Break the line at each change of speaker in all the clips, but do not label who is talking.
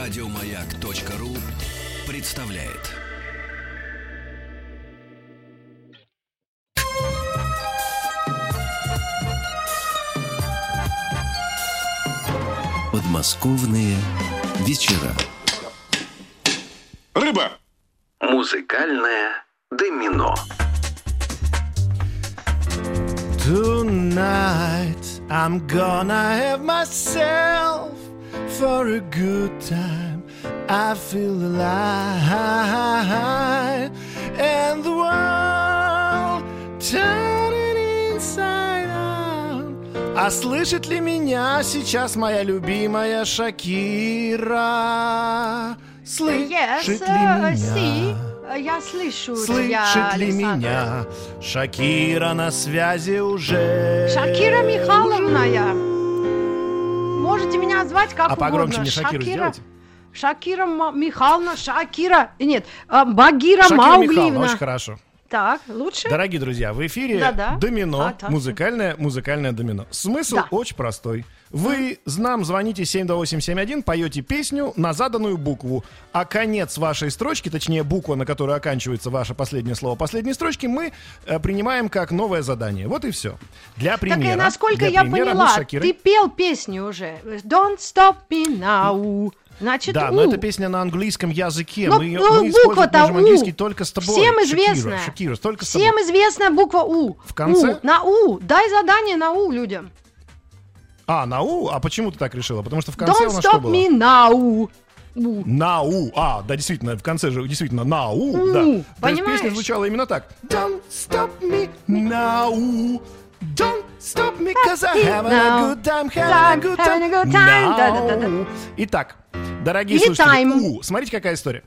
Радиомаяк.ру представляет. Подмосковные вечера.
Рыба!
Музыкальное домино.
Tonight I'm gonna have myself for a good time. I feel alive, and the world turning inside out. А слышит ли меня сейчас моя любимая Шакира? Слышит ли
Yes, uh, see.
меня?
Uh, Я слышу тебя,
Слышит ли
Александр.
меня? Шакира на связи уже.
Шакира Михайловна я. Можете меня звать как
А погромче
угодно.
мне Шакиру
Шакира,
сделайте.
Шакира Ма- Михайловна, Шакира, нет, а, Багира
Шакира Михайловна,
Мауглиевна.
очень хорошо.
Так, лучше?
Дорогие друзья, в эфире
Да-да.
домино,
А, так.
музыкальное, музыкальное домино. Смысл
Да.
очень простой. Вы нам звоните 72871, поете песню на заданную букву, а конец вашей строчки, точнее буква, на которой оканчивается ваше последнее слово последней строчки, мы э, принимаем как новое задание. Вот и все. Для
так
примера.
и насколько
а? для
я
примера ну, мы с
поняла,
Шакирой-
ты пел песню уже. Don't stop me now. Значит,
Да,
у.
но эта песня на английском языке.
Ну,
мы ее,
ну,
мы использовать
буква-то
можем
«У».
английский только с тобой.
Всем
Шакира,
известная.
Шакира, только с
Всем
тобой.
известная буква У.
В конце?
У. На У. Дай задание на У людям.
А, на У? А почему ты так решила? Потому что в конце у
Don't
нас что
stop
было?
me now. У.
На У. А, да, действительно, в конце же действительно на У.
У,
да. То есть
понимаешь?
песня звучала именно так. Don't stop me now. Don't stop me, cause I have a good time, having a good time,
Having a good time. Да-да-да-да.
now. Итак, дорогие
Или
слушатели,
time.
У. Смотрите, какая история.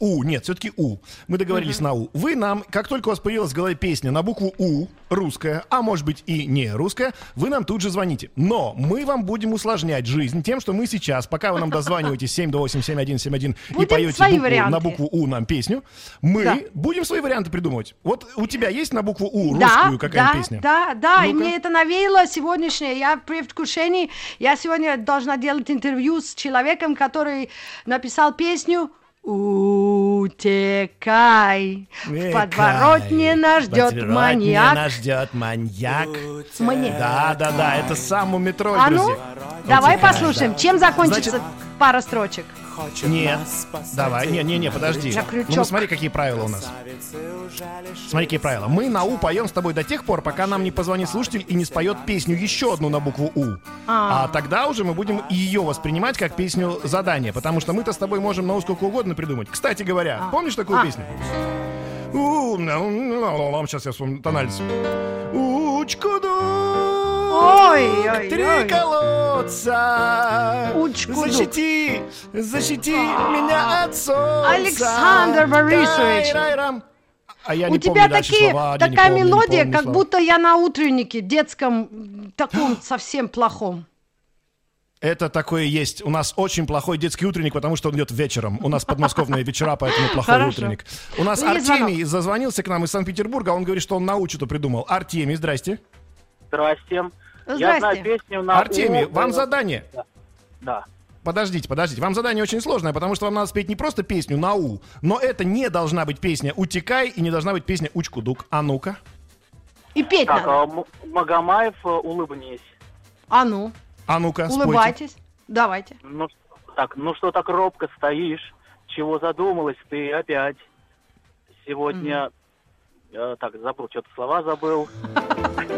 У, нет, все-таки У. Мы договорились на У. Вы нам, как только у вас появилась в голове песня на букву У, русская, а может быть и не русская, вы нам тут же звоните. Но мы вам будем усложнять жизнь тем, что мы сейчас, пока вы нам дозваниваетесь 7 до 8 7 1 7 1 и
Будем
поете
свои
букву- на
варианты.
букву У нам песню, мы
Да.
будем свои варианты придумывать. Вот у тебя есть на букву У русскую
Да,
какая-нибудь
да,
песня?
да, да, и
Ну-ка.
мне это навеяло сегодняшнее. Я при вкушении, я сегодня должна делать интервью с человеком, который написал песню Утекай, в
Эй,
подворотне
Кай,
нас
в
ждет
подворотне
маньяк.
нас ждет маньяк.
Мне.
Да, да, да, это сам у метро,
А ну,
друзья.
давай послушаем, чем закончится
Значит-
пара строчек.
Нет, давай, не, не, не, подожди.
За крючок.
Ну, смотри, какие правила у нас. Смотри, какие правила. Мы на У поем с тобой до тех пор, пока нам не позвонит слушатель и не споет песню еще одну на букву У. А,
А.
тогда уже мы будем ее воспринимать как песню задания, потому что мы-то с тобой можем на У сколько угодно придумать. Кстати говоря, помнишь такую
А.
песню? У, ну, ну, ну, Сейчас я вспомню тональность. Учкуду!
Ой, ой,
Три
ой.
колодца!
Учкудук.
Защити! Защити меня от солнца!
Александр Борисович.
Тайрайрам. А я
У
не
тебя
помню дальше
такие,
слова, Аня, не
такая
помню, не
мелодия,
помню
как
слова.
будто я на утреннике детском, м, таком совсем плохом.
Это такое есть. У нас очень плохой детский утренник, потому что он идет вечером. У нас подмосковные вечера, поэтому плохой
Хорошо.
утренник. У нас
Ну, есть
Артемий зазвонился к нам из Санкт-Петербурга, он говорит, что он научу то придумал. Артемий, здрасте.
Здрасте.
Здрасте.
Я знаю песню на
Артемий,
«У».
вам задание.
Да.
Подождите, подождите. Вам задание очень сложное, потому что вам надо спеть не просто песню на У, но это не должна быть песня «Утекай» и не должна быть песня «Учкудук». А ну-ка.
И петь
Так,
надо.
а, М- Магомаев, э, улыбнись.
А ну,
А ну-ка, спойте.
улыбайтесь. Давайте.
Ну, ш- так, ну что так робко стоишь? Чего задумалась ты опять? Сегодня... э, так, забыл, что-то слова забыл.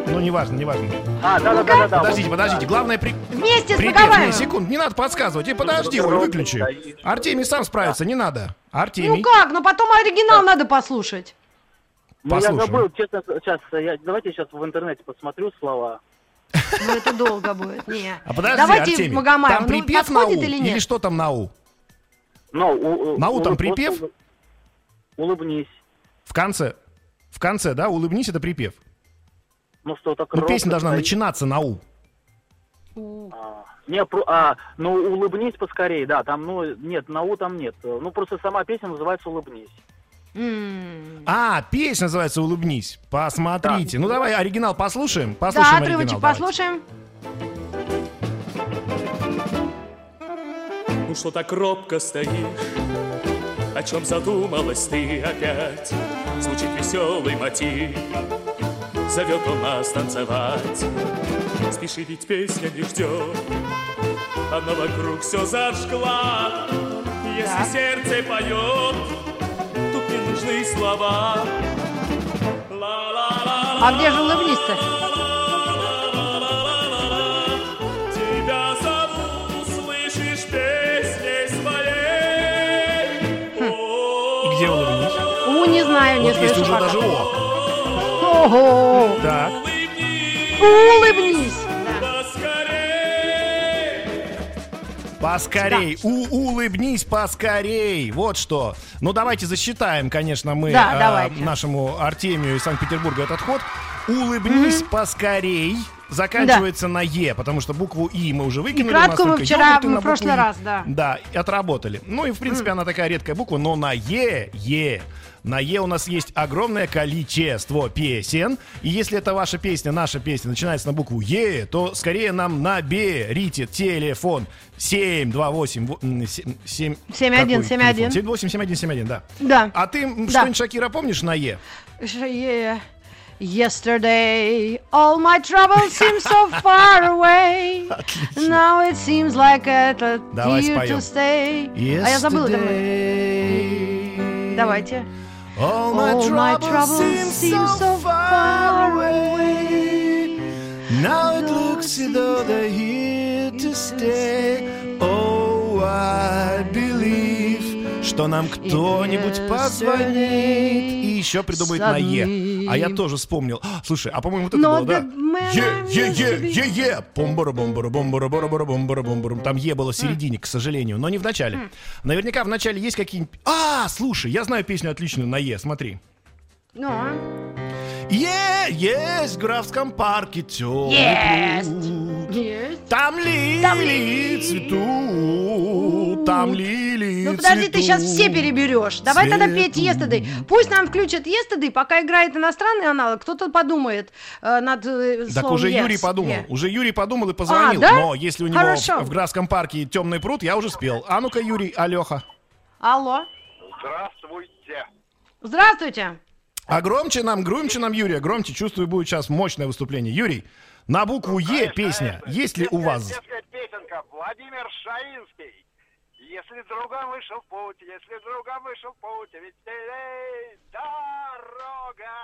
Ну, неважно, неважно.
А, да-да-да-да.
Подождите, подождите. Главное, при...
Вместе с
Припев, не,
Магаевым.
секунд, не надо подсказывать. И подожди, Оль, выключи. Артемий сам справится, не надо.
Ну
Артемий.
как, но потом оригинал надо послушать.
Ну, я
послушаем.
забыл, честно, сейчас, я, давайте я сейчас в интернете посмотрю слова.
Ну это долго будет. Не.
А подожди,
Давайте
Артемий,
Магомаев.
там
Ну
припев на У
подходит или нет?
что там на У?
Ну, у- у-
На «У» там
улыб-
припев?
Улыбнись.
В конце. В конце, да? Улыбнись, это припев.
Ну что так
Ну,
робко
песня должна
стоишь?
начинаться на У.
У.
А, Не, про, а, ну улыбнись поскорее, да, там, ну, нет, на У там нет. Ну, просто сама песня называется «Улыбнись».
М.
А, песня называется «Улыбнись». Посмотрите. Ну, давай оригинал послушаем. Послушаем
Да,
оригинал.
отрывочек
давайте.
послушаем.
Ну что так робко стоишь? О чем задумалась ты опять? Звучит веселый мотив, зовет он нас танцевать. Спеши, ведь песня не ждет, она вокруг все зажгла. Если
Да.
сердце поет, тут не нужны слова. Ла-ла-ла-ла.
А где же улыбнись-то?
Тебя зову, слышишь песней своей.
И где улыбнись?
У, не знаю, не
Вот есть
слышу
уже
пока.
даже О.
Ого!
Так.
Улыбнись! Да.
Поскорей.
Поскорей, у- улыбнись поскорей, вот что. Ну давайте засчитаем, конечно, мы
Да,
э,
давайте.
нашему Артемию из Санкт-Петербурга этот ход. Улыбнись поскорей заканчивается на Е, потому что букву И мы уже выкинули. у нас
краткую мы
только
вчера,
йогурты
мы
на
в
букву
прошлый
«И».
раз, да.
Да, и отработали. Ну и в принципе она такая редкая буква, но на Е, Е. На Е у нас есть огромное количество песен. И если это ваша песня, наша песня начинается на букву Е, то скорее нам наберите телефон 728 во- м, семь- семь-
71,
какой
71.
телефон? 728 7171, да.
Да.
А ты м,
Да.
что-нибудь Шакира помнишь на Е?
Ш- е- Yesterday, all my troubles seem so far away. Now it seems like it
Давай
here
споем.
to stay. А я забыла. там. Давайте.
All my
All my
troubles
troubles
seem
seem
so
so
far
far
away. Now it looks as though they're here to stay. Oh, I believe, что нам кто-нибудь
yesterday
позвонит. И еще придумает на Е. А я
suddenly-
тоже вспомнил. А, Слушай, а по-моему, вот это
Но
было, да?
the man I
Е, е,
used
е,
to be-
е, е. бомбара бомбара бомбара бомбара бомбара бомбара Там Е было в середине, к сожалению, но не в
Хм.
начале. Наверняка в начале есть какие-нибудь... А, слушай, я знаю песню отличную на Е, смотри.
Ну, а?
Е, есть в графском парке теплый
Есть.
пруд.
Есть.
Там лилии
Там лилии
цветут, там лилии
Ну подожди, ты сейчас все
цветут.
переберешь. Давай тогда
Цвету.
петь Yesterday. Пусть нам включат Yesterday, пока играет иностранный аналог, кто-то подумает э, над э,
Так
словом
уже
yes.
Юрий подумал.
Yeah. А,
Уже Юрий подумал и позвонил.
да?
Но если у него в,
Хорошо.
в Графском парке темный пруд, я уже спел. А ну-ка, Юрий, Алёха.
Алло.
Здравствуйте.
Здравствуйте.
А громче нам, громче нам, Юрия, громче. Чувствую, будет сейчас мощное выступление. Юрий, на букву Е песня. Есть ли у вас?
Детская песенка Владимир Шаинский. Если другом вышел в путь, если другом вышел в путь, ведь веселей дорога.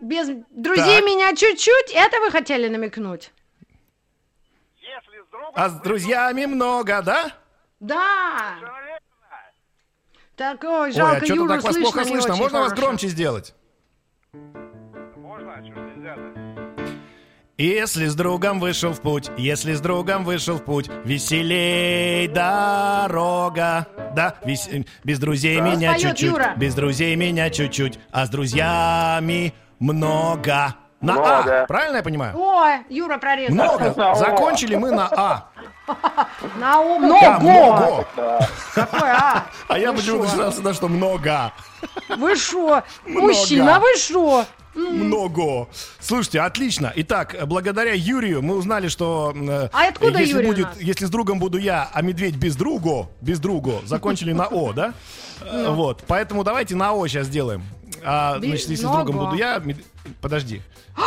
Без друзей
Так.
меня чуть-чуть. Это вы хотели намекнуть?
Если с другом...
А с друзьями много, да?
Да. Так, ой,
Ой, а
жалко,
что-то
Юру
так вас
слышно
плохо
не
слышно.
очень
Можно вас
хорошо.
громче сделать?
Можно, а чё ж нельзя
Если с другом вышел в путь, если с другом вышел в путь, веселей дорога. Да, вес- э, без друзей меня
Споёт
чуть-чуть,
Юра.
без друзей меня чуть-чуть, а с друзьями много. На А,
Много.
правильно я понимаю?
Ой, Юра прорезал.
Много. Закончили мы на А.
На ум.
Да,
Много.
много.
Какой, а?
А я
Вы
почему-то
шо?
сразу на что много.
Вы шо? Мужчина, вы шо?
Много. Слушайте, отлично. Итак, благодаря Юрию мы узнали, что э,
А откуда
если
Юрий у
будет,
нас?
если с другом буду я, а медведь без другу, без другу, закончили на о, да?
Ну.
Э, Вот. Поэтому давайте на о сейчас сделаем. А,
Би-
значит, если с
Много.
другом буду я, мед- подожди.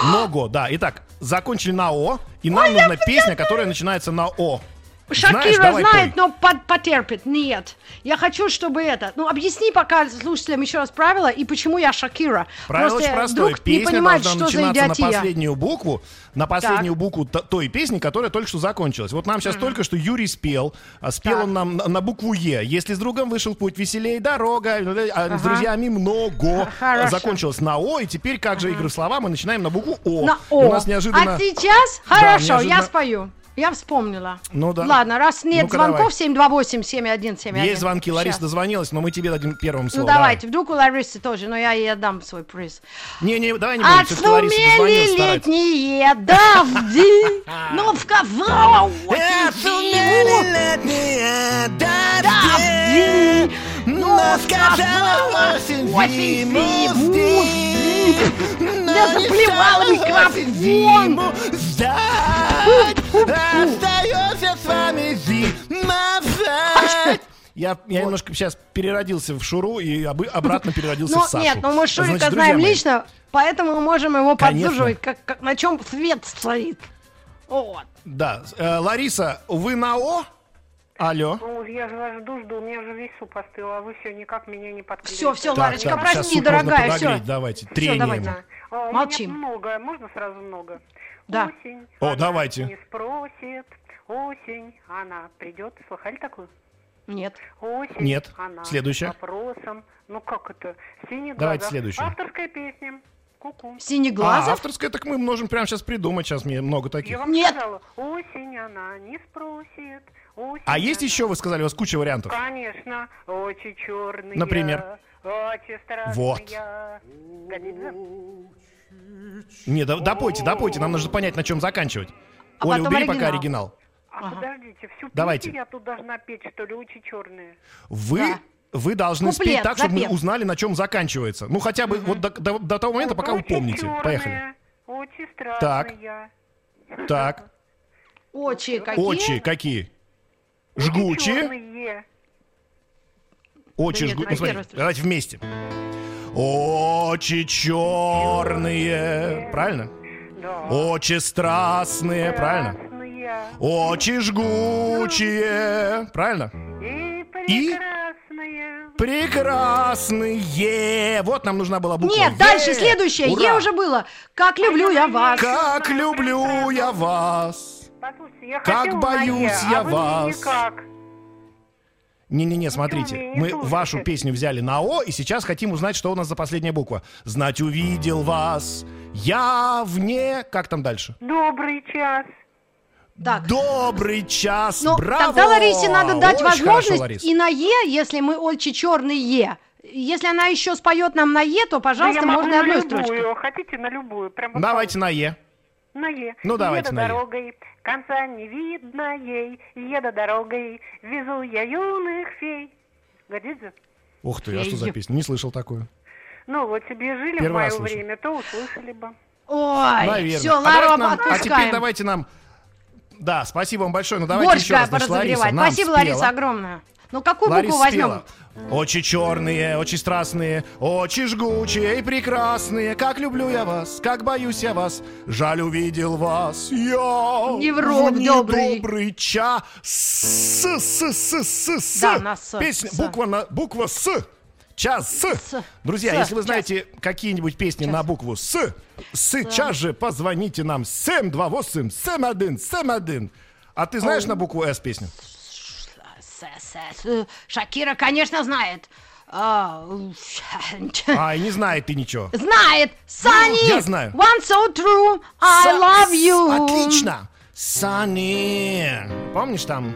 Много, да. Итак, закончили на о, и нам нужна песня, которая начинается на о. Знаешь,
Шакира
давай
знает,
пой.
но под- потерпит. Нет. Я хочу, чтобы это... Ну, объясни пока слушателям еще раз правила и почему я Шакира.
Правило
Просто
очень простое.
вдруг не
Песня
понимают,
должна
что за
начинаться на
идиотия.
последнюю букву, на последнюю букву т- той песни, которая только что закончилась. Вот нам сейчас только что Юрий спел. а Спел
Так.
он нам на, на букву Е. Если с другом вышел путь, веселей дорога, а с друзьями много.
Хорошо.
Закончилось на О, и теперь как же игры в слова, мы начинаем на букву О.
На
И
О.
у нас неожиданно...
А сейчас?
Да,
Хорошо,
неожиданно-
я спою. Я вспомнила.
Ну да.
Ладно, раз нет
Ну-ка, давай.
звонков, 728-7171.
Есть звонки, Лариса
Щас.
дозвонилась, но мы тебе дадим первым
Ну
слово.
давайте, вдруг у Ларисы тоже, но я ей отдам свой приз.
Не, не, давай не будем. всё-таки Лариса дозвонилась,
Отшумели
старается.
летние дожди, но в кого
Э,
отнесу дожди? Но сказала осень зиму злит. Я заплевала микрофон.
Остается с вами зима в Ну, Я, я немножко сейчас переродился в Шуру и обы- обратно переродился
Ну,
в Сашу.
нет, ну мы Шурика
Значит, друзья
знаем
мои,
лично, поэтому мы можем его
Конечно.
поддерживать, как, как- на чем свет стоит. Вот.
Да. Э, Лариса, вы на О? Алло.
Ну, я же вас жду, жду, у меня же весь суп остыл, а вы все никак меня не подкрепили.
Все, все,
Так,
Ларочка,
так, сейчас
прости,
суп можно
дорогая, все.
подогреть, Давайте,
давай,
трением.
Да. А, у
Молчим.
меня много, можно сразу много?
Да.
Осень.
О,
она
давайте.
Не спросит. Осень, она придет. Слыхали такую?
Нет.
Осень,
Нет.
она
Следующая.
вопросом. Ну как это? Синий
Давайте
глаза.
следующую.
Авторская песня. Ку-ку.
А,
Синеглазов?
авторская, так мы можем прямо сейчас придумать. Сейчас мне много
Я
таких.
вам
Нет.
сказала, осень она не спросит. Осень
А есть
она-
еще, вы сказали, у вас куча вариантов.
Конечно, очи черные.
Например?
Очи страшные.
Вот.
Годится?
Не, да- допойте, допойте, нам нужно понять, на чем заканчивать.
А
Оля,
потом
убери пока
оригинал.
оригинал.
А подождите, всю
Давайте.
песню я тут должна петь, что ли, очи черные?
Вы,
Да.
вы должны
Куплет,
спеть так, чтобы мы
запев.
узнали, на чем заканчивается. Ну, хотя бы вот до, до- до того момента, пока вы
Очи
помните.
черные,
Поехали.
Очи страшные.
Так,
Очи какие?
очи какие?
Очи
Жгучие.
черные.
Очи
нет,
жгу-
на
ну, смотри,
первый слышал.
Давайте вместе. Очи черные. Правильно?
Да.
Очи страстные. э, Правильно?
Красные
Очи жгучие. Правильно?
и прекрасные.
Прекрасные. Вот нам нужна была буква.
Нет,
Е.
дальше, следующее.
Ура.
Е уже было. Как люблю я вас.
Как люблю я вас.
Послушайте, я
Как
хотела на
боюсь
«Е»,
я
а вы мне
вас.
никак.
Не-не-не,
вы
смотрите,
меня не
мы
слушаете?
вашу песню взяли на О, и сейчас хотим узнать, что у нас за последняя буква. Знать увидел вас, я вне... Как там дальше?
Добрый час.
Так.
Добрый час,
Ну,
браво!
тогда Ларисе надо дать
Очень
возможность
хорошо, Ларис.
и на Е, если мы Ольчи черный Е. Если она еще споет нам на Е, то,
Да
пожалуйста,
я могу
можно и
на
одной
любую.
строчкой.
Хотите на любую? Прям вот
Давайте на Е.
На Е.
Ну, давайте
еду
на Е.
дорогой, конца не видно ей, еду дорогой, везу я юных фей. Годится?
Ух ты, а что за
Феи.
песня? Не слышал такую.
Ну, вот тебе жили
Первый
в
раз
мое
слышу.
время, то услышали бы.
Ой,
Наверное.
все,
а, давайте
Лару
нам- а теперь
отпускаем.
давайте нам... Да, спасибо вам большое, но давайте еще
Борщ
раз.
да,
значит, Лариса
поразогревать.
нам
Спасибо,
спела.
Лариса, огромное. Ну, какую букву
Лариса
возьмем?
спела. Очи черные, очи страстные, очи жгучие и прекрасные. Как люблю я вас, как боюсь я вас, жаль увидел вас. Я
Неврок
в
добрый.
недобрый час. С, с, с, с, с.
Да, на «с»,
Песня,
«с».
буква, на, буква С. Час с.
«С»,
Друзья,
«с»,
если вы
«час».
знаете какие-нибудь песни на букву С, сейчас же позвоните нам 728 71 71. А ты знаешь на букву С песню?
С, с, с. Шакира, конечно, знает. А, у, ща-
Ай, не знает ты ничего.
Знает. Sunny.
Ну, я знаю.
One so true. I
Са-
love you.
Отлично! Sunny. Помнишь там?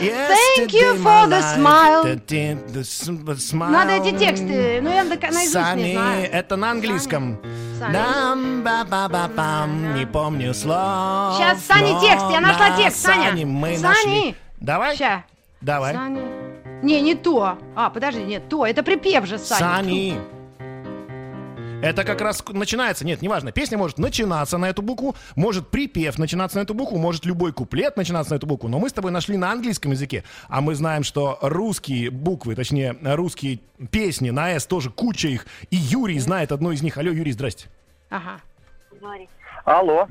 Thank you for the smile. Надо
Надо
эти тексты. Ну, я дока- наизусть не
Sunny.
знаю.
Это на английском.
Sunny.
Нам ба ба ба пам Не помню слов.
Сейчас, Sunny,
но
текст, я нашла
на
текст, Саня.
Sunny мы
Sunny.
нашли. Давай.
Ща.
Давай.
Sunny. Не, не то. А, подожди, нет, то. Это припев же, Саня.
Сани. Это как раз начинается, нет, неважно, песня может начинаться на эту букву, может припев начинаться на эту букву, может любой куплет начинаться на эту букву, но мы с тобой нашли на английском языке, а мы знаем, что русские буквы, точнее, русские песни на «С» тоже куча их, и Юрий знает одну из них. Алло, Юрий, здрасте.
Ага.
Алло.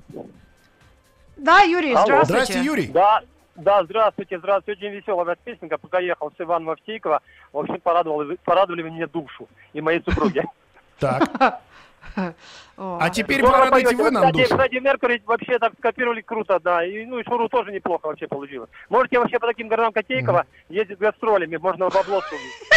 Да, Юрий,
Алло.
здравствуйте.
Здрасте, Юрий.
Да, да, здравствуйте, здравствуйте. Очень веселая у вас песенка. Пока ехал с Иваном Овсейкова, в общем, порадовали, порадовали вы мне душу и моей супруги.
Так,
О.
а теперь
Здорово
порадуйте
поете.
вы нам
Кстати,
душу.
Фредди Меркьюри вообще так скопировали круто, да. И, ну и Шуру тоже неплохо вообще получилось. Можете вообще по таким городам Котейкова ездить гастролями, можно бабло сулить.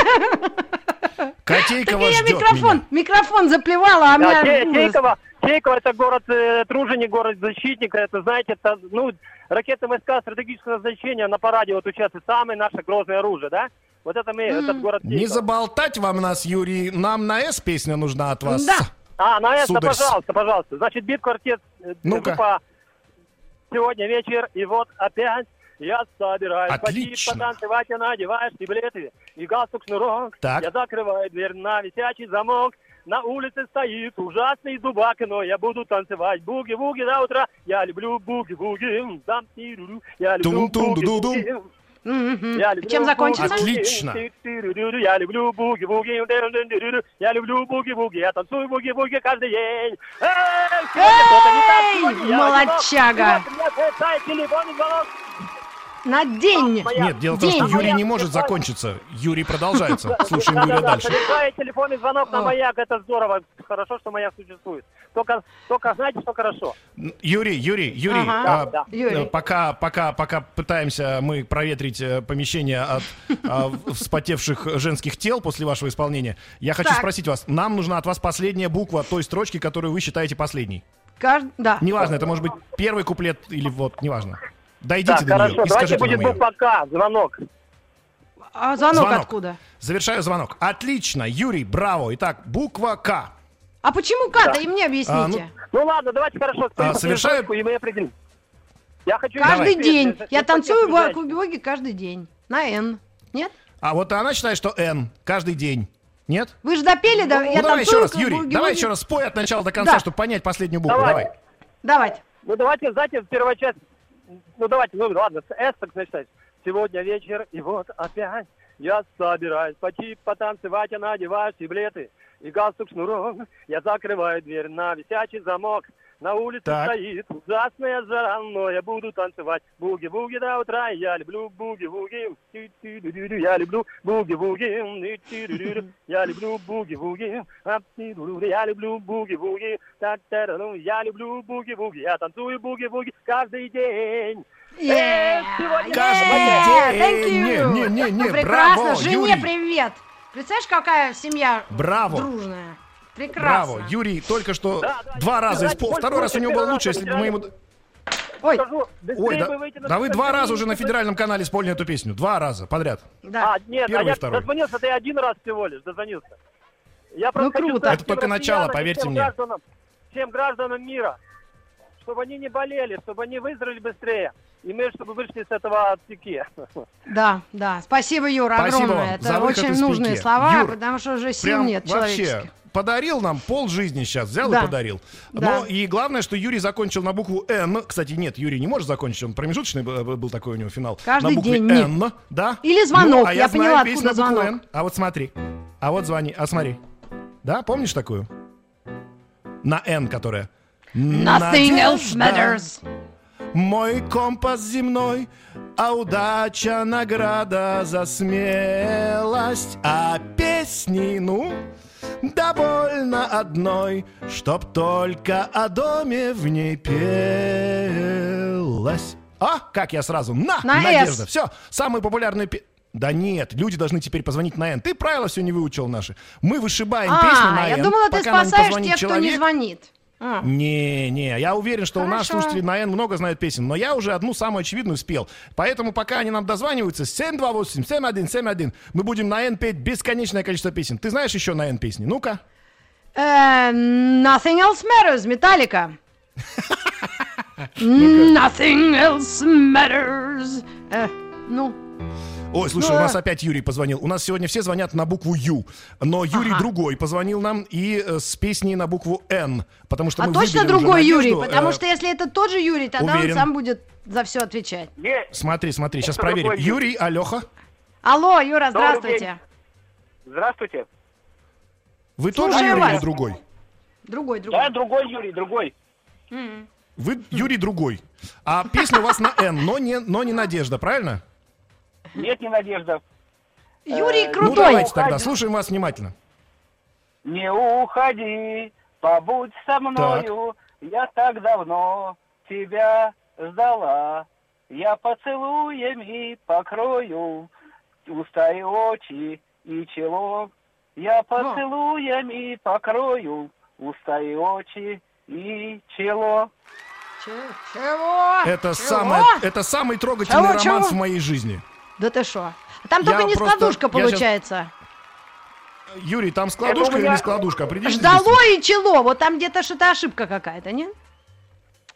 Так
Котейкова
я
ждет
микрофон,
меня.
микрофон заплевала, а
Да,
меня...
Те-
ужас.
Тейково, Тейково это город э, труженик, город защитника. Это, знаете, это, ну, ракеты ВСК стратегического значения на параде вот участвует. Самое наше грозное оружие, да? Вот это мы, этот город
Не
Тейково.
заболтать вам нас, Юрий, нам на «С» песня нужна от вас.
Да.
А, на это,
Сударь.
пожалуйста, пожалуйста. Значит, бит-квартет э,
Ну-ка.
группа сегодня вечер, и вот опять я собираюсь
Отлично.
пойти потанцевать, и надеваешь ты билеты, и галстук шнурок.
Так.
Я закрываю дверь на висячий замок. На улице стоит ужасный зубак, но я буду танцевать буги-буги до утра. Я люблю буги-буги, м, дам, ти, ру, ру. я люблю
Тум-тум-ду-ду-дум.
буги-буги.
Мгм.
Я люблю
Чем закончится?
буги-буги.
Отлично.
Ти-ти-рю-рю-рю. Я люблю буги-буги. Дю-дю-дю-дю-дю. Я люблю буги-буги. Я танцую буги-буги каждый день. Эй, сегодня кто-то не так, сегодня я
молодчага.
одинок. Привет, привет, дай телефон и звонок.
На день.
Моя-
Нет, дело в том, что
Деньги.
Юрий не может закончиться. Юрий продолжается. Слушаем Юрия
Да-да-да,
ну дальше.
совершаю телефонный звонок на
О.
маяк, это здорово. Хорошо, что маяк существует. Только, только знаете, что хорошо.
Юрий, Юрий, Юрий,
Ага.
а,
да.
Да,
Юрий.
э, пока, пока, пока пытаемся мы проветрить э, помещение от а, в- вспотевших женских тел после вашего исполнения. Я хочу
Так.
спросить вас, нам нужна от вас последняя буква той строчки, которую вы считаете последней.
Кажд- Да.
Неважно, это может быть первый куплет или вот, неважно. Дойдите
Так,
до нее
хорошо,
и
давайте
скажите нам
будет
её.
буква К, звонок.
А звонок
Звонок.
откуда?
Завершаю звонок. Отлично, Юрий, браво. Итак, буква К.
А почему Ката? И мне объясните.
Ну ладно, давайте хорошо.
А,
скажите мне
совершаю-
строчку, И мы определим. Я хочу...
Каждый
Давай.
день.
Ответ,
Я
это
танцую
ответ,
буги буги каждый день. На Н. Нет?
А вот она считает, что Н каждый день. Нет?
Вы же допели, да? Я
ну давай еще
танцую.
раз, Юрий,
буги-буги.
давай еще раз спой от начала до конца,
Да.
чтобы понять последнюю букву.
Давай.
Давай.
Давайте.
Ну давайте, знаете, первая часть... Ну давайте, ну ладно, с С так начинать. Сегодня вечер, и вот опять я собираюсь пойти потанцевать, я надеваю сиблеты и галстук шнурок. Я закрываю дверь на висячий замок. На улице
Так.
стоит ужасная жара, но я буду танцевать буги-буги до утра. Я люблю буги-буги, Ти-ти-ду-ду-ду. я люблю буги-буги, Ти-ти-ду-ду-ду. я люблю буги-буги, Ап-ти-ду-ду-ду. я люблю буги-буги, Та-та-ра-ну. я люблю буги-буги, я танцую буги-буги каждый день.
Yeah.
сегодня
Каждый
Yeah,
день. Э,
thank you.
Не, не, не, не,
Ну, прекрасно.
браво,
Жене
Юрий.
привет. Представляешь, какая семья
Браво.
дружная. Прекрасно.
Браво. Юрий только что
Да, да,
два
я-
раза
я-
исполнил.
больше-
Второй раз у него было
больше первый
лучше,
раз
если бы мы ему...
Ой,
Скажу,
Ой,
быстрее
да,
бы выйти на
да вы
центр
два
линии,
раза уже на федеральном канале исполнили эту песню. Два раза подряд.
да.
А, нет,
Первый
а
и
я
второй.
дозвонился, ты один раз всего лишь дозвонился. Я
Ну, круто.
сказать
Это
всем
только начало,
россиянам и
поверьте
всем
мне.
Гражданам, всем гражданам мира, чтобы они не болели, чтобы они выздоровели быстрее. И мы, чтобы вышли с этого отсеки.
Да, да. Спасибо, Юра,
Спасибо вам
огромное.
за
Это
выход
очень
из
нужные
пики.
слова,
Юр,
потому что уже сил
Прям
нет
вообще
человеческих.
подарил нам пол жизни сейчас. Взял
Да.
и подарил.
Да.
Но и главное, что Юрий закончил на букву Н. Кстати, нет, Юрий не может закончить. Он промежуточный б- б- был такой у него финал.
Каждый
на букве
день, нет.
Н. Да?
Или звонок,
Ну, а
я
знаю
поняла,
песню
откуда
на букву
звонок.
Н. А вот смотри. А вот звони. А смотри. Да, помнишь такую? На Н, которая.
Nothing else
Надежда.
matters.
Мой компас земной, а удача награда за смелость. А песни, ну, довольно одной, чтоб только о доме в ней пелась. А, как я сразу, на,
На
Надежда,
«С».
все, самые популярные пе- Да нет, люди должны теперь позвонить на Н. Ты правила все не выучил наши. Мы вышибаем песню на
А, я
«Н»,
думала, ты
пока нам не
спасаешь
позвонит
тех, кто не
человек.
звонит. А.
Не-не, я уверен, что у нас
Хорошо.
слушатели на N много знают песен, но я уже одну самую очевидную спел. Поэтому пока они нам дозваниваются, 728-7171, мы будем на N петь бесконечное количество песен. Ты знаешь еще на N песни? Ну-ка.
Э, Nothing else matters, Металлика. Nothing else matters. Э, ну,
Ой, слушай,
Ну,
у нас
э.
опять Юрий позвонил. У нас сегодня все звонят на букву Ю, но Юрий другой позвонил нам и э, с песней на букву Н, потому что
а
мы
точно
выбили уже
другой
Надежду,
Юрий, потому
э,
что если это тот же Юрий, тогда
уверен.
он сам будет за все отвечать.
Е-
Смотри, смотри, сейчас
Это
проверим.
другой Юрий.
Юрий, Алёха,
Алло, Юра,
Добрый
здравствуйте.
день. Здравствуйте.
вы тоже
Слушаю
Юрий или
вас.
другой?
Другой,
Да,
другой.
другой Юрий, другой.
Вы Юрий другой. А песня у вас на Н, но не, но не Надежда, правильно?
Нет, не Надежда. Э,
Юрий
Ну
крутой.
давайте тогда, слушаем вас внимательно.
Не уходи, побудь со мною. Я так давно тебя ждала. Я поцелуем и покрою уста и очи и чело. Я поцелуем и покрою уста и очи и чело.
Че- Чего?
Это,
Чего?
самое, это самый трогательный
Чего,
роман
чего?
в моей жизни.
Да ты шо? Там
Я
только не
просто-
складушка
я щас-
получается.
Юрий, там складушка
Это у
или
меня-
не складушка? Определитесь
Ждало и чело. Вот там где-то что-то ошибка какая-то, нет?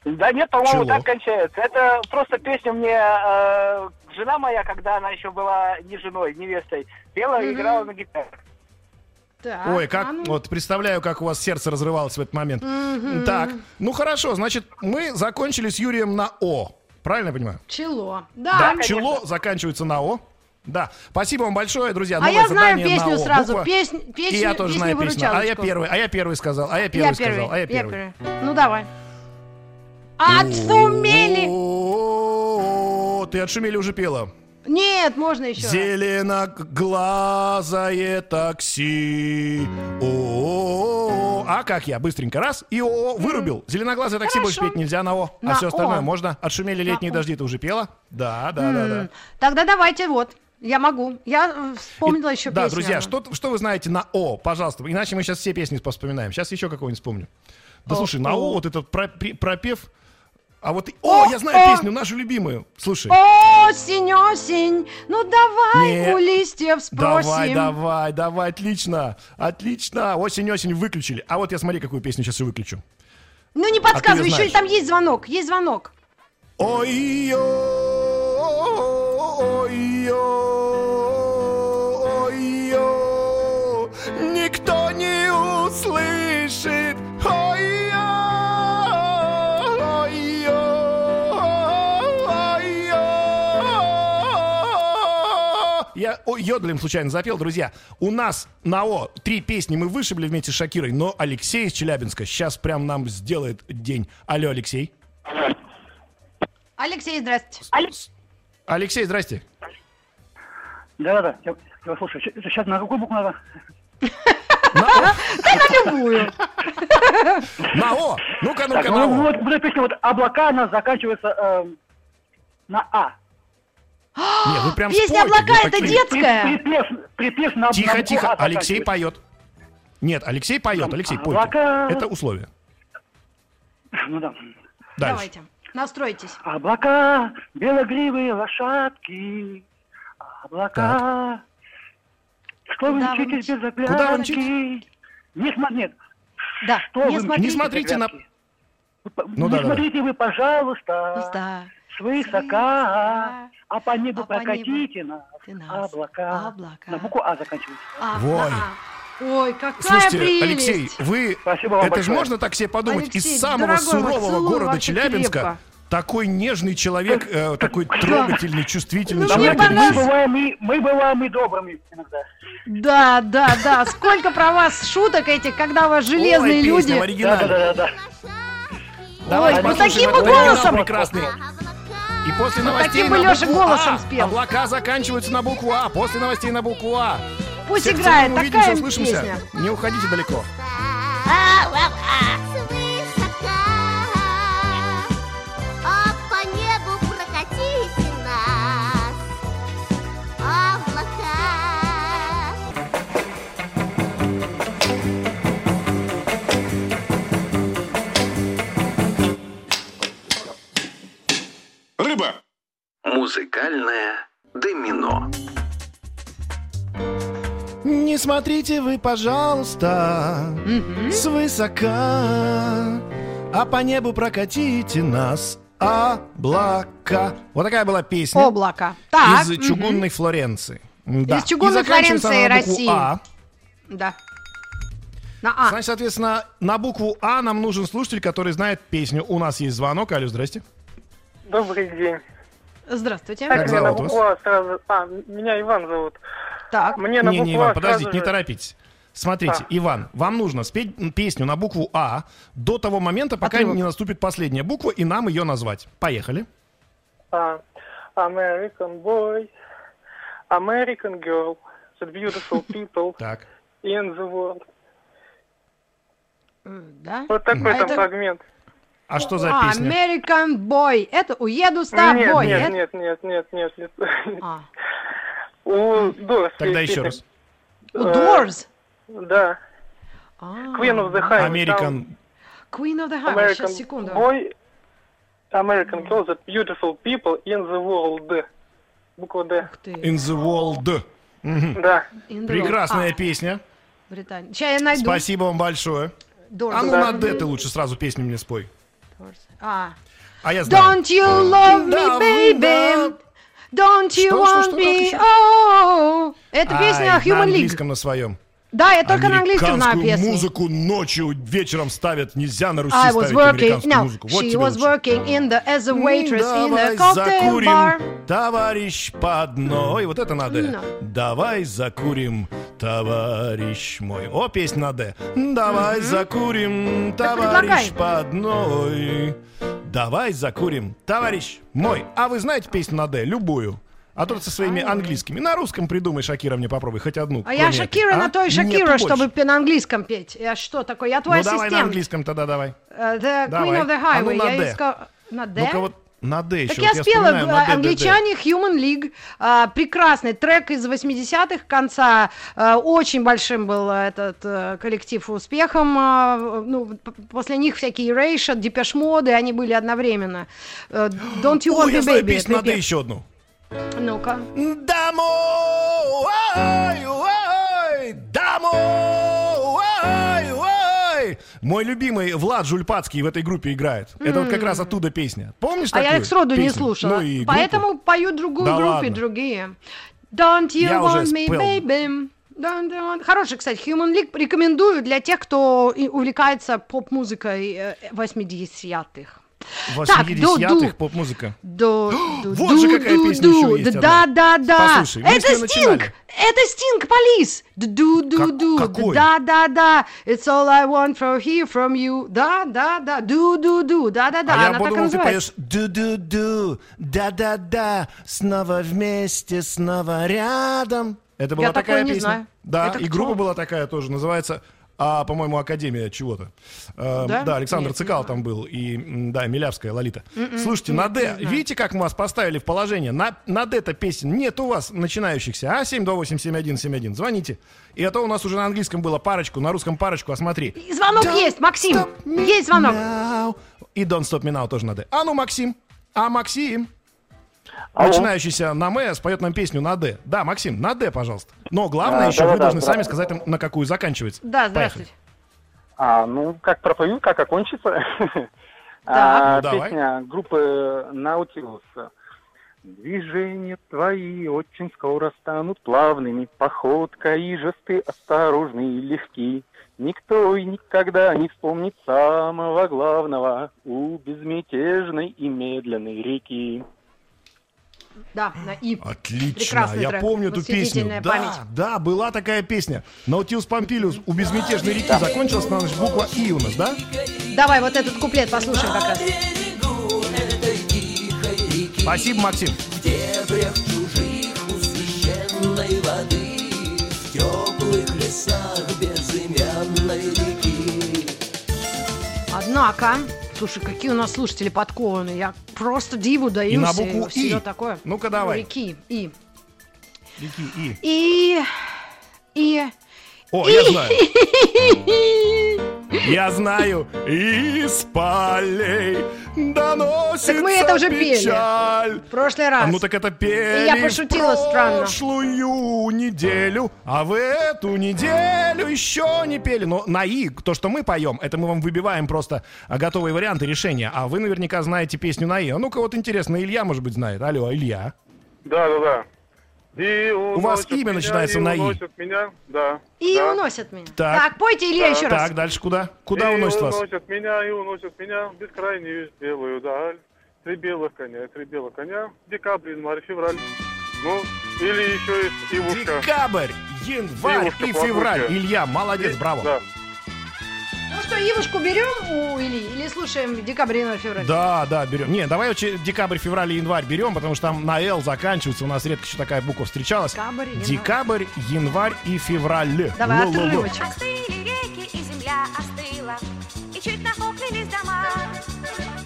Да нет, по-моему,
Чело.
так кончается. Это просто песню мне э, жена моя, когда она еще была не женой, невестой, пела и играла на гитаре.
Так,
Ой, как
а ну.
вот представляю, как у вас сердце разрывалось в этот момент. Так, ну хорошо, значит, мы закончили с Юрием на О. Правильно я понимаю?
Пчело. Да.
Чело заканчивается на О. Да. Спасибо вам большое, друзья.
А
Новое
я знаю
задание на
песню
О.
сразу.
Буква.
Песню,
И
песню,
я тоже знаю песню. А я
песню-выручалочку.
первый, а я первый сказал, а я первый
Я
сказал, а я первый.
первый. Ну давай. Отшумели.
О, Ты отшумели уже пела.
Нет, можно еще. раз.
Зеленоглазое такси. О, а как я быстренько раз и о вырубил. Зеленоглазое такси
Хорошо.
больше петь нельзя на о, а
На
все остальное
«О».
можно. Отшумели летние
«О».
дожди, ты уже пела? Да, да, да, да.
Тогда давайте вот. Я могу. Я э, вспомнила
И-
еще
Да,
песню.
друзья,
одну.
что, что вы знаете на О, пожалуйста. Иначе мы сейчас все песни вспоминаем. Сейчас еще какую-нибудь вспомню. Да
О,
слушай, на О,
о.
вот этот про- при- пропев. А вот... и- О,
О,
я знаю
о.
песню, нашу любимую. Слушай.
Осень, осень, ну давай
Не.
у листьев спросим.
Давай, давай, давай, отлично, отлично. Осень-осень выключили. А вот я смотри, какую песню сейчас и выключу.
Ну не подсказывай, еще
а знаешь.
и там есть звонок, есть звонок.
Ой, ой, ой, никто не услышит. Ой, ой, Я о, йодлем случайно запел, друзья. У нас на О три песни мы вышибли вместе с Шакирой, но Алексей из Челябинска сейчас прям нам сделает день. Алло, Алексей.
Алексей, здрасте.
Алексей, здрасте.
Да-да-да, я, я слушаю. Сейчас на какую букву надо?
Да на любую.
На О! Ну-ка,
Так,
ну-ка, на
ну,
О!
вот, вот эта песня, вот «Облака», она заканчивается эм, на «А».
Не, вы прям
Песня
спойте, вы
«Облака» это
такие-
дед-
При-
Детская.
Припев, припев на на
Тихо,
букву
тихо,
«А»
Алексей
заканчивается.
поет. Нет, Алексей поет, Алексей, пойте.
облака.
Это условие.
Ну да.
Дальше.
Давайте, настройтесь.
Облака, белогривые лошадки, облака. Что вы
Куда вы
мчитесь без оглядки?
Куда вы
Не смо- нет,
Да,
что
не
вы
смотрите.
мчитесь без
смотрите на-
оглядки? Вы по-
Ну
не
да, да, да.
смотрите вы, пожалуйста,
Да,
свысока,
свысока,
а по небу
а по небу
прокатите нас,
ты нас,
облака.
облака.
На букву А заканчивается.
А,
Вой.
а. Ой, какая
Слушайте,
прелесть.
Алексей, вы...
Спасибо вам
это же
большое.
можно так себе подумать?
Алексей,
Из самого
дорогой мой,
сурового
целую
города
вас
Челябинска
крепко.
такой нежный человек, э, такой трогательный, чувствительный
Ну, мне
человек.
Мы
понравилось.
бываем, и, мы бываем и добрыми иногда.
Да, да, да, сколько про вас шуток этих, когда у вас железные
Ой,
люди.
песня в оригинале.
Да-да-да.
Давай
Ой, ну
послушаем
таким
этот
бы
оригинал
голосом.
прекрасный. И после новостей
таким бы
на
Лёша
букву
голосом
А.
спел.
Облака заканчиваются на букву А. После новостей на букву А.
Пусть
Всех
играет,
целуем,
такая
увидимся, услышимся.
песня.
Не уходите далеко.
Свысока, а по небу прокатите нас, облака.
Рыба.
Музыкальное домино.
Не смотрите вы, пожалуйста, свысока, а по небу прокатите нас облака. Вот такая была песня
Облако. Так,
из
мгм,
чугунной Флоренции. Да.
Из чугунной
И заканчивается она на
Флоренции
букву
России.
А.
да. На А.
Значит, соответственно, на букву А нам нужен слушатель, который знает песню. У нас есть звонок. Алло, здрасте.
Добрый день.
Здравствуйте.
Как
Мне на
зовут вас?
букву А сразу... А, меня Иван зовут.
Так.
Мне на
не, не,
букву
Иван,
А
подождите,
сразу
не
же-
торопитесь. Смотрите,
А.
Иван, вам нужно спеть м, песню на букву А до того момента, пока
Отрывок.
не наступит последняя буква, и нам ее назвать. Поехали.
А, American boy, American girl, the beautiful people
Так.
in the world.
Да?
Вот такой
А
там
это-
фрагмент.
А что за
А,
песня?
American Boy. Это уеду с тобой.
нет, нет,
Это-
нет, нет, нет, нет, нет.
А.
У Дорс.
Тогда
есть
еще раз.
песня. Э,
У Doors.
Да.
А,
Queen of the Highway. там
Американ.
Queen of the Heart. Сейчас,
American
секунду.
boy, American girl, the beautiful people in the world. Буква Д.
Ух ты.
In the World. Хм.
Да.
In the World.
Прекрасная
А,
песня.
Британия. Сейчас я найду.
Спасибо вам большое.
Doors.
А ну
Да.
на Д ты лучше сразу песню мне спой.
Doors. А.
А я знаю.
Don't you love
Да,
me, baby?
да.
Don't you want
Что, что, что, как
me?
еще?
Oh. Это
Ай,
песня
на
Human League.
английском на своем.
Да, я только на английском знаю песни.
Американскую музыку ночью вечером ставят, нельзя на руси
I was
ставить
working,
американскую
no,
музыку. Вот
she
тебе
was
лучше.
working in the, as a waitress in the
Давай
cocktail
закурим,
bar.
товарищ, по одной. Вот это надо.
Ну.
Давай закурим, товарищ мой. О, песня на «Д». Давай закурим,
предлагай.
товарищ, по одной. Давай закурим, товарищ мой. А вы знаете песню на «Д»? Любую. А то со своими английскими. На русском придумай, Шакира, мне попробуй хоть одну.
А я
кроме этой.
Шакира
А?
на той
Нет,
Шакира,
ты
чтобы
больше.
пе- на английском петь. Я что такое? Я
Ну
твой
давай на
ассистент.
английском тогда давай.
Э, The
Давай.
Queen of the
А ну
Highway.
на
я
«Д».
ей сказала- На «Д»?
Ну-ка вот на «Д» еще.
Так
вот
я спела
вспоминаю, ну,
э,
на «Д», «Д», «Д».
«Англичане», «Human League», а, прекрасный трек из 80-х конца, а, очень большим был этот э, коллектив успехом, а, в- ну, п- после них всякие Erasure, Depeche Mode, они были одновременно. Э, Don't You
Ой,
Want
я
Me
знаю
Baby,
песню на «Д»
напев.
еще одну.
Ну-ка.
Домой, ой, домой, ой. Мой любимый Влад Жульпацкий в этой группе играет. Это вот как раз оттуда песня. Помнишь
А
такую
я их сроду не
песню?
слушала,
Ну и группу.
поэтому пою другую
Да
группу и
ладно.
другие. Don't you
Я уже
want me,
спел.
baby? Don't you want- Хороший, кстати, Human League рекомендую для тех, кто и увлекается поп-музыкой э, 80-х. Так, ду-
80-х
ду-
поп-музыка.
Ду, ду,
Вот же какая
ду,
песня
ду,
еще есть
Да, да,
одна.
да.
Послушай, мы с
это
нее
Стинг,
начинали.
это Стинг Полис. Ду, ду,
Как-
ду,
какой?
да, да, да. It's all I want from here, from you. Да, да, да. Ду, ду, ду, да, да, да.
а я
Она так и
подумал, ты
называется.
поешь ду-ду-ду, да-да-да, снова вместе, снова рядом. Это была
Я такой
такая
не
песня.
знаю.
Да,
Это
и
кто?
группа была такая тоже, называется, а, по-моему, Академия чего-то. Э,
Да?
да? Александр
Нет, не М-м,
Цикал там был, и, м, да, Милявская, Лолита. Слушайте, на «Д», видите, как мы вас поставили в положение? На, на «Д»-то песен нет у вас начинающихся, а? 728-7171, звоните. И а то у нас уже на английском было парочку, на русском парочку, а смотри.
И Звонок
Don't
есть, Максим.
stop me
Есть звонок.
now. И Don't Stop Me Now тоже надо. А ну, Максим. А Максим,
Алло.
начинающийся на М, споет нам песню на Д. Да, Максим, на Д, пожалуйста. Но главное
А,
еще вы
да-да-да,
должны сами
здравствуйте.
сказать, нам, на какую заканчивается.
Да,
Поехали.
здравствуйте.
А, ну, как пропою, как окончится.
Так.
А,
Ну, давай.
Песня группы Наутилус. Движения твои очень скоро станут плавными, походка и жесты осторожны и легки. Никто и никогда не вспомнит самого главного у безмятежной и медленной реки.
Да, на И.
Отлично,
Прекрасный
я
трек.
помню эту
Восхитительная
песню.
память.
Да, да, была такая песня. Наутилус Помпилиус у безмятежной реки закончилась на ночь буква И у нас, да?
Давай вот этот куплет послушаем как раз.
Спасибо, Максим.
Однако, слушай, какие у нас слушатели подкованные. Я просто диву даюсь.
на букву «И».
всё такое.
Ну-ка, давай.
Реки. И.
Реки И.
И. И.
О, я знаю. Я знаю, из полей доносится
Так мы это уже пели.
печаль.
В прошлый раз.
А ну так это пели
И я пошутила
в
странно.
прошлую неделю, а в эту неделю еще не пели. Но на «и» то, что мы поем, это мы вам выбиваем просто а, готовые варианты решения. А вы наверняка знаете песню на «и». А ну-ка вот интересно, Илья, может быть, знает. Алло, Илья.
Да, да, да.
У вас уносит имя меня, начинается и на «и». уносит
меня, да.
И уносят меня.
Так.
пойте, Илья, еще раз.
Так, дальше куда? Куда уносит вас?
уносят меня, и уносят меня в бескрайнюю белую даль. Три белых коня, три белых коня. Декабрь, январь, февраль. Ну, или еще и Ивушка.
Декабрь, январь
Девушка
и
плакучая.
февраль. Илья, молодец, браво.
Да.
Ну что, Ивушку берем у Ильи или слушаем декабрь, январь, февраль?
Да, да, берем. Не, давай вообще декабрь, февраль и январь берем, потому что там на Л заканчивается. У нас редко еще такая буква встречалась.
Декабрь, январь.
Декабрь, январь и февраль.
Давай
Ло-ло-ло.
отрывочек.
Остыли реки, и земля остыла, и чуть нахохлились дома.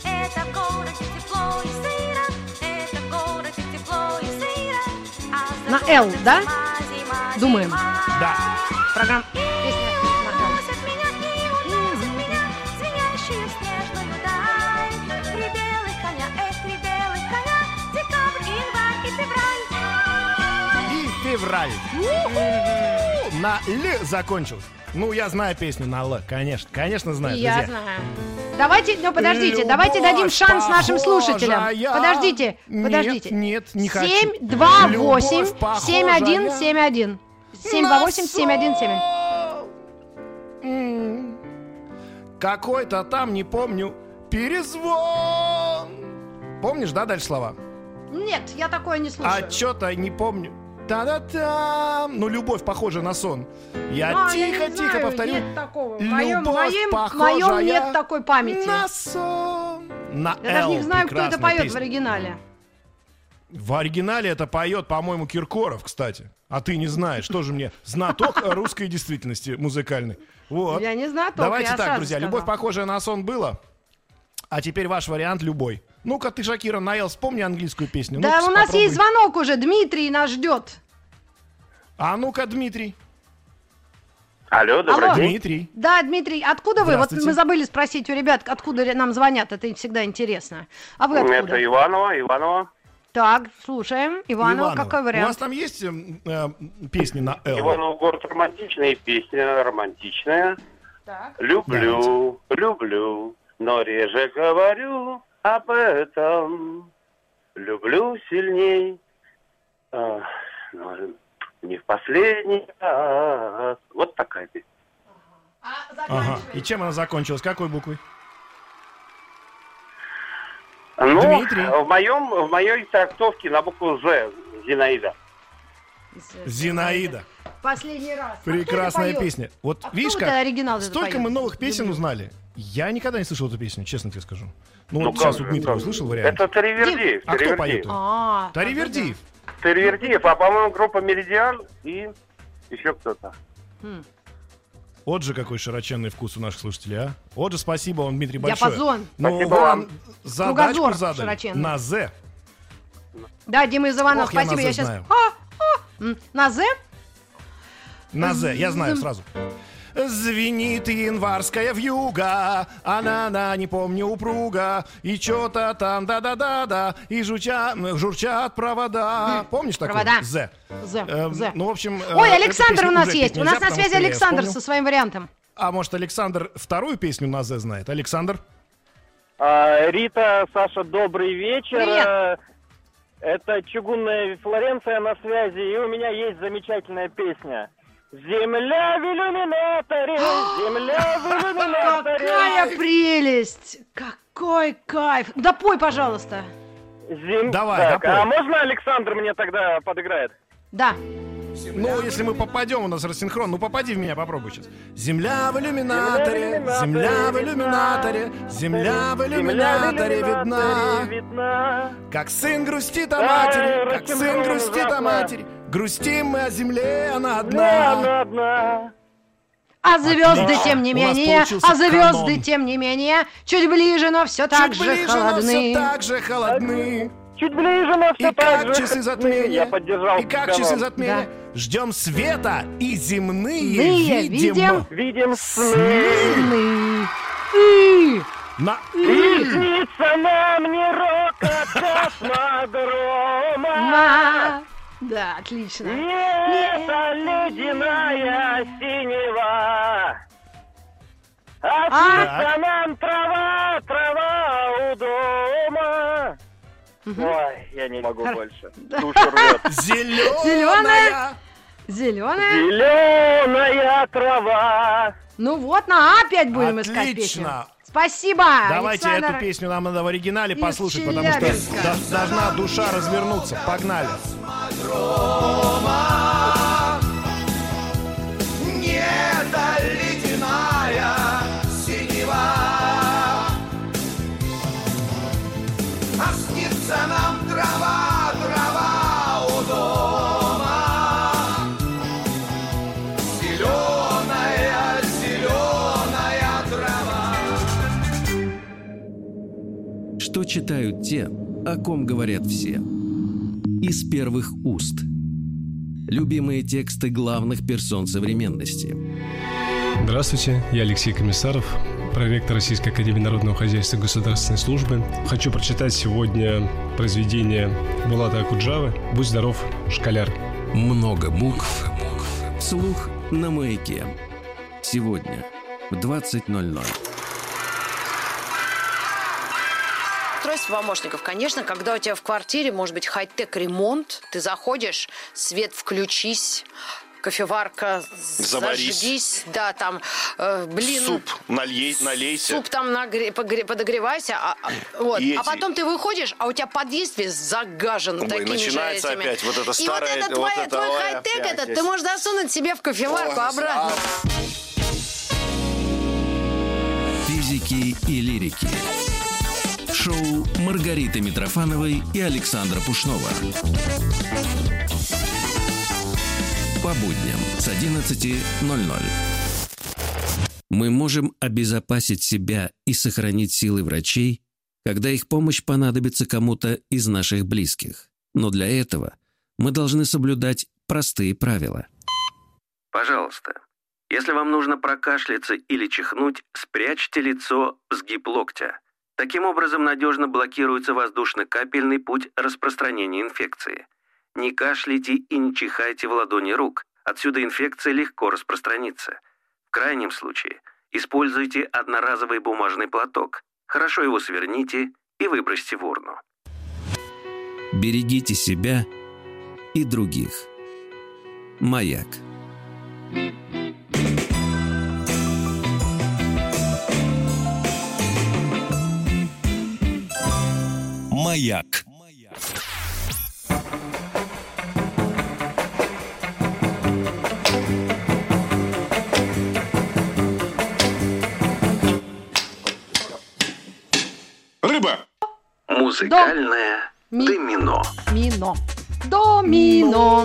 Это в городе тепло и сыро, это в городе тепло и сыро. А за
На «Л»,
городом
да?
зима, зима,
Думаем.
зима.
Да.
Программа. Песня.
Уносят меня, и уносят меня, звенящие в снежную даль. Три белых коня, эх, три белых коня, декабрь, январь и февраль.
И февраль. У-ху! На Л закончилось. Ну, я знаю песню на Л, конечно. Конечно знаю,
И я
друзья.
знаю. Давайте, ну подождите,
Любовь
давайте дадим шанс нашим слушателям.
похожая.
Подождите,
Нет,
подождите.
нет, не хочу.
7, 2, 8,
Любовь
7, 1,
похожая
7, 1. 7, 2, 8, 7, 1, 7.
На М. Какой-то там, не помню, перезвон. Помнишь, да, дальше слова?
Нет, я такое не слушаю.
А что-то не помню. Та-да-та! Ну, любовь похожа на сон. Я
А, я не
тихо-тихо
знаю,
повторю.
Нет такого. В моем,
Любовь
моем- в
похожая
моем нет такой памяти.
на сон. На
Я даже не
«Л»
знаю, кто это
прекрасная
поет в
песня.
оригинале.
В оригинале это поет, по-моему, Киркоров, кстати. А ты не знаешь, тоже мне знаток русской действительности музыкальной. Вот.
Я не знаток,
Давайте
я
так,
сразу
друзья,
сказала.
любовь похожая на сон было. А тенатеперь ваш вариант любой. Ну-ка ты, Шакира, наел, вспомни английскую песню.
да,
Ну-ка,
у нас
попробуй.
есть звонок уже. Дмитрий нас ждет.
А ну-ка, Дмитрий.
Алло, добрый
Алло.
день.
Дмитрий.
Да, Дмитрий, откуда вы? Вот
Здравствуйте.
мы забыли спросить у ребят, откуда ре- нам звонят. Это им всегда интересно. А вы откуда?
Это Иванова, Иванова.
Так, слушаем. Иванова, какой вариант?
У вас там есть эм, э, песни на «Л»?
Иванов город романтичный, песня романтичная. Люблю, люблю, но реже говорю об этом. Люблю сильней, а, но не в последний раз. Вот такая песня.
Ага. И чем она закончилась? Какой буквой?
Ну,
Дмитрий.
в моем, в моей трактовке на букву З Зинаида.
Зинаида.
Последний раз. А кто это
Прекрасная
поет?
песня. Вот
А кто
видишь,
вот
как
это оригинал это
столько
поет?
мы новых песен узнали. Я никогда не слышал эту песню, честно тебе скажу. Ну,
Ну,
вот сейчас
как
у
же,
Дмитрия
как же.
услышал вариант.
Это Таривердиев.
А кто
Таривердиев.
поет?
А,
Таривердиев.
Тервердиев, а по-моему группа Меридиан и еще кто-то.
Вот же какой широченный вкус у наших слушателей, а. Вот же спасибо вам, Дмитрий, большое.
Диапазон.
Ну,
Спасибо
вам
вам.
задачку
Кругозор
задали
широченный.
на «З».
Да, Дима из Иванова,
Ох, я
спасибо.
на
Я,
«З»
сейчас...
знаю. Э,
на «З»?
На «З», я знаю сразу. Звенит январская вьюга, она-на, не помню, упруга, и чё-то там, да-да-да-да, и жуча, журчат провода. Помнишь такое?
провода.
«З».
«З»,
Э,
«З».
Ну, в общем... э,
Ой,
эту
Александр
песню
у нас
уже
есть.
петь
У нас
нельзя,
на
потому
связи
что я
Александр
вспомнил.
со своим вариантом.
А может, Александр вторую песню на «З» знает? Александр?
А, Рита, Саша, добрый вечер.
Привет.
Э, Это чугунная Флоренция на связи, и у меня есть замечательная песня. Земля в иллюминаторе,
А!
земля в иллюминаторе.
Какая прелесть! Какой кайф! Да пой, пожалуйста.
Зем-
Давай,
Так,
напой.
а можно Александр мне тогда подыграет?
Да.
Ну, если мы попадем, у нас рассинхрон. Ну, попади в меня, попробуй сейчас. Земля в иллюминаторе, земля в иллюминаторе, земля в иллюминаторе видна.
видна.
Как сын грустит о
Да,
матери, как
рассинхрон
сын грустит о
ужасно.
матери. Грустим мы о земле, она
Да,
одна.
она одна.
А звезды,
Отлично.
тем не
У вас
менее,
получился
а звезды,
канон.
тем не менее, чуть ближе, но все так
Чуть
же
ближе, но все
холодны.
так же холодны.
Чуть ближе, но все
И
так
как
же.
часы затмения.
Я поддержал.
И как
Ганон.
часы затмения. Ждем света и земные
Ные
видим.
видим.
Видим
сны.
сны.
И-
На...
И снится нам не рок от космодрома.
Ма. Да, отлично.
Это ледяная синева. А
Так.
снится нам трава, трава у дома. Ой, я не могу больше. Душу рвет.
Зеленая.
Зеленая.
Зеленая трава.
Ну вот, на А опять будем искать песню.
Отлично.
Спасибо,
Давайте
А Александр.
эту песню нам надо в оригинале послушать, потому что
Челябинска.
до- должна душа развернуться. Погнали.
Что читают те, о ком говорят все? Из первых уст. Любимые тексты главных персон современности.
Здравствуйте, я Алексей Комиссаров, проректор Российской Академии Народного Хозяйства и Государственной Службы. Хочу прочитать сегодня произведение Булата Акуджавы «Будь здоров, школяр».
Много букв. Слух на маяке. Сегодня в 20.00.
Устройство помощников, конечно, когда у тебя в квартире, может быть, хай-тек ремонт, ты заходишь, свет включись,
кофеварка,
Заварись.
зажгись, да, там, э, блин,
Суп налей, налейся.
суп там нагре- погре- подогревайся, а, а, вот.
И
а
эти-
потом ты выходишь, а у тебя подъезд весь загажен
Ой,
такими
начинается
же этими.
опять вот это
И вот
старое,
это
вот
твой,
это,
твой
ой,
хай-тек
опять
этот,
есть.
ты можешь засунуть себе в кофеварку
Ой, а
обратно.
Физики и лирики. Шоу Маргариты Митрофановой и Александра Пушнова. По будням с 11.00. Мы можем обезопасить себя и сохранить силы врачей, когда их помощь понадобится кому-то из наших близких. Но для этого мы должны соблюдать простые правила.
Пожалуйста, если вам нужно прокашляться или чихнуть, спрячьте лицо в сгиб локтя. Таким образом надежно блокируется воздушно-капельный путь распространения инфекции. Не кашляйте и не чихайте в ладони рук. Отсюда инфекция легко распространится. В крайнем случае, используйте одноразовый бумажный платок. Хорошо его сверните и выбросьте в урну.
Берегите себя и других. Маяк.
Маяк.
Рыба.
Музыкальное
Ми-
домино.
Мино.
Ну.
Домино.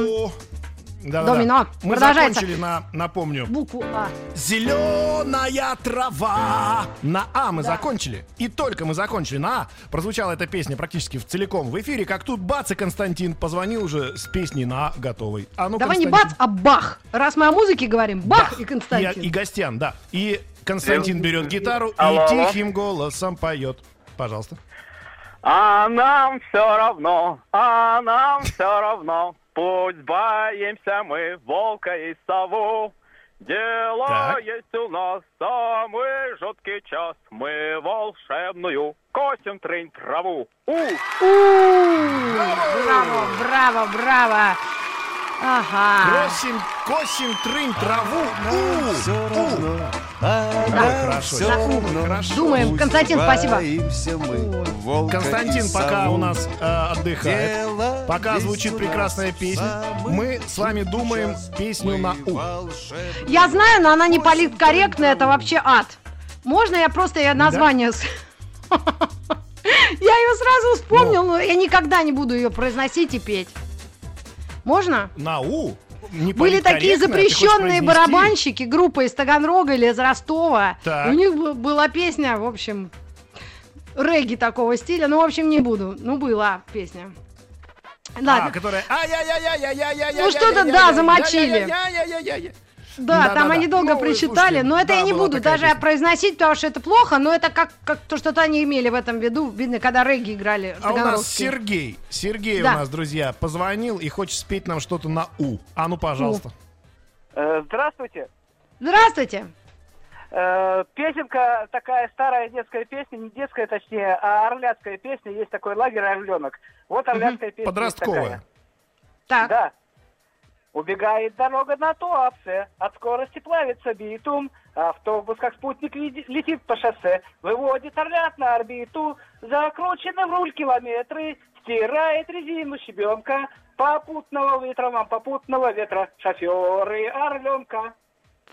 Да-да-да.
Домино.
Мы
Продолжается.
закончили на, напомню,
Букву А.
Зеленая трава. На А мы закончили. И только мы закончили на А. Прозвучала эта песня практически в целиком в эфире, как тут бац, и Константин позвонил уже с песней на А готовой. А ну,
Давай не бац,
Константин.
а бах. Раз мы о музыке говорим, бах, и
И,
Константин.
и Гостян, да. И Константин берет гитару
Алло,
и
алло.
тихим голосом поет. Пожалуйста.
А нам все равно, а нам все равно. Пусть боимся мы волка и сову. Дело
Так.
есть у нас самый жуткий час. Мы волшебную косим трынь траву. У!
Браво, браво, браво. Ага.
Косим, косим, трынь траву. У, у.
А
Да.
нам
Хорошо.
всё равно.
Думаем. Константин, спасибо.
Боимся мы волка и
Константин пока
сову.
у нас э, отдыхает,
Дело
пока
есть
звучит
у нас
прекрасная песня, мы с вами думаем песню на «У».
Я знаю, но она не политкорректна, это вообще ад. Можно я просто я название... с- Я ее сразу вспомнил,
Ну.
но я никогда не буду ее произносить и петь. Можно?
На «У»? Не
Были такие
политкорректно, ты хочешь
запрещенные
произнести?
барабанщики, группа из Таганрога или из Ростова.
Так.
У них бу- была песня, в общем, регги такого стиля. Ну, в общем, не буду. Ну, была песня.
А,
Ладно.
которая «Ай-яй-яй-яй-яй-яй-яй-яй-яй-яй-яй-яй-яй-яй-яй-яй-яй-яй».
Ну, что-то, да, замочили. Да, там
Да-да-да.
они долго
Ну,
прочитали,
слушайте,
но это
да,
я не
была
буду
такая
даже
песня.
произносить, потому что это плохо, но это как, как то, что-то они имели в этом виду, видно, когда регги играли.
А у нас
таганрогские.
Сергей, Сергей
Да.
у нас, друзья, позвонил и хочет спеть нам что-то на «У». А ну, пожалуйста.
Э, Здравствуйте.
Здравствуйте.
Э, Песенка такая старая детская песня, не детская точнее, а орляцкая песня. Есть такой лагерь «Орленок». Вот орляцкая песня. есть такая.
Подростковая.
Так.
Да. Убегает дорога на Туапсе, от скорости плавится битум. Автобус, как спутник, леди- летит по шоссе, выводит орлят на орбиту, закручены в руль километры, стирает резину щебенка, попутного ветра вам, попутного ветра, шоферы орленка.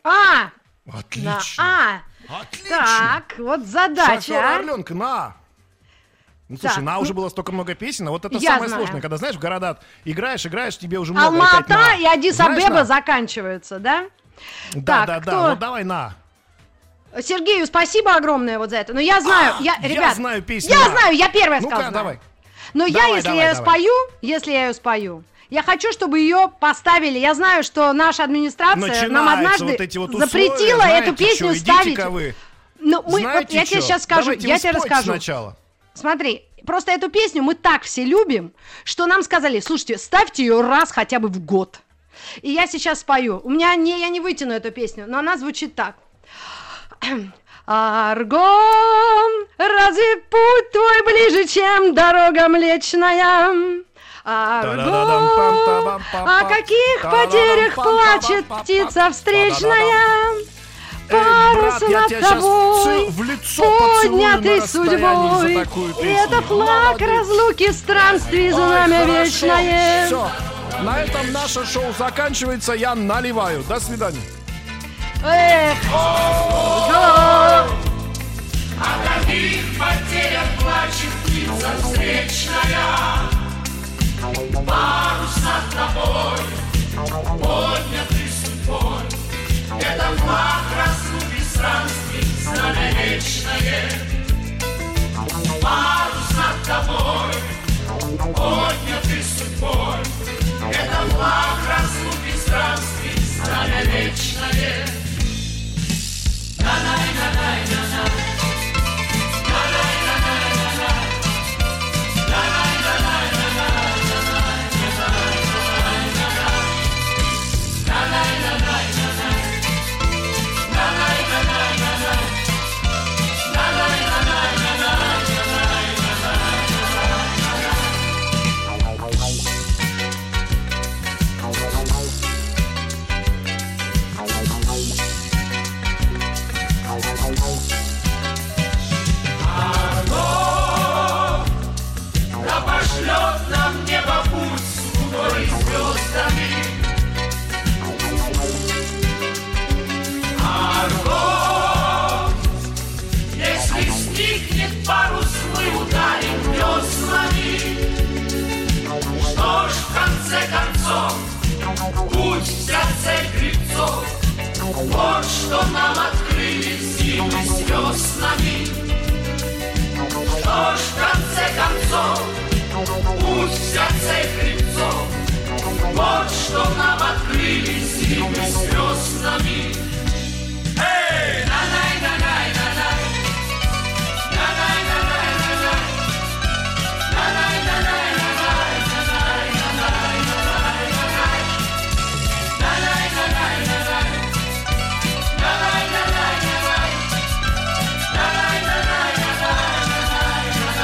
А!
Отлично.
а! Так, вот задача.
Шофёр
а.
Орленка, на! Ну, слушай,
Так,
на
ну,
уже было столько много песен, а вот это
я
самое
знаю.
сложное, когда, знаешь, в городах играешь, играешь, тебе уже много опять на.
Алма-Ата и Адис-Абеба
ну, Знаешь, на?
заканчиваются, да? Так,
Да, да,
кто?
да, вот давай на.
Сергею спасибо огромное вот за это. Но я знаю,
А,
я,
я
ребят,
знаю песню,
Я
да.
знаю, я первая
Ну-ка,
сказала.
давай.
Но Ну, я,
Давай,
если
давай,
я ее
давай.
спою, если я ее спою, я хочу, чтобы ее поставили. Я знаю, что наша администрация нам
Начинаются
однажды
вот эти вот условия,
запретила
знаете
эту песню
чё, идите-ка
ставить.
вы.
Ну, мы, вот
Знаете
я тебе
чё?
сейчас скажу,
Давайте
я
вы
тебе
спойте
расскажу.
сначала.
Смотри, просто эту песню мы так все любим, что нам сказали, слушайте, ставьте ее раз хотя бы в год. И я сейчас спою. У меня не, я не вытяну эту песню, но она звучит так. Аргон, разве путь твой ближе, чем дорога млечная? А,
Та-да-да-дам,
«Гу, о каких потерях плачет птица встречная? Э, Парусу
я
над
тебя щас
тобой,
ц- в лицо поцелую на
поднятый
расстоянии за
судьбой.
такую
И
песню.
это флаг разлуки странствий, знамя вечное.
Все. На этом наше шоу заканчивается. Я наливаю. До свидания.
Эх, да.
О каких потерях плачет птица встречная Парус над тобой поднятый судьбой Это флаг разлуки странствий, знамя вечное Парус над тобой поднятый судьбой Это флаг разлуки странствий, знамя вечное Оно, да пошлет нам небо путь с луной и звездами. Оно, если сникнет парус, мы ударим веслами. Что ж, в конце концов, путь вся цель гребцов. Вот что нам открыли силы звезд нами. Что ж, в конце концов, пусть вся цель хребцов, Вот что нам открыли зимы звездами. Эй! На-най, на-най, на-най. На-най, на-най, на-най. На-най, на-най, на-най, на-най, на-най, на-най, на-най. На-най, на-най, на-най. На-най, на-най, на-най. На-най, на-най, на-най.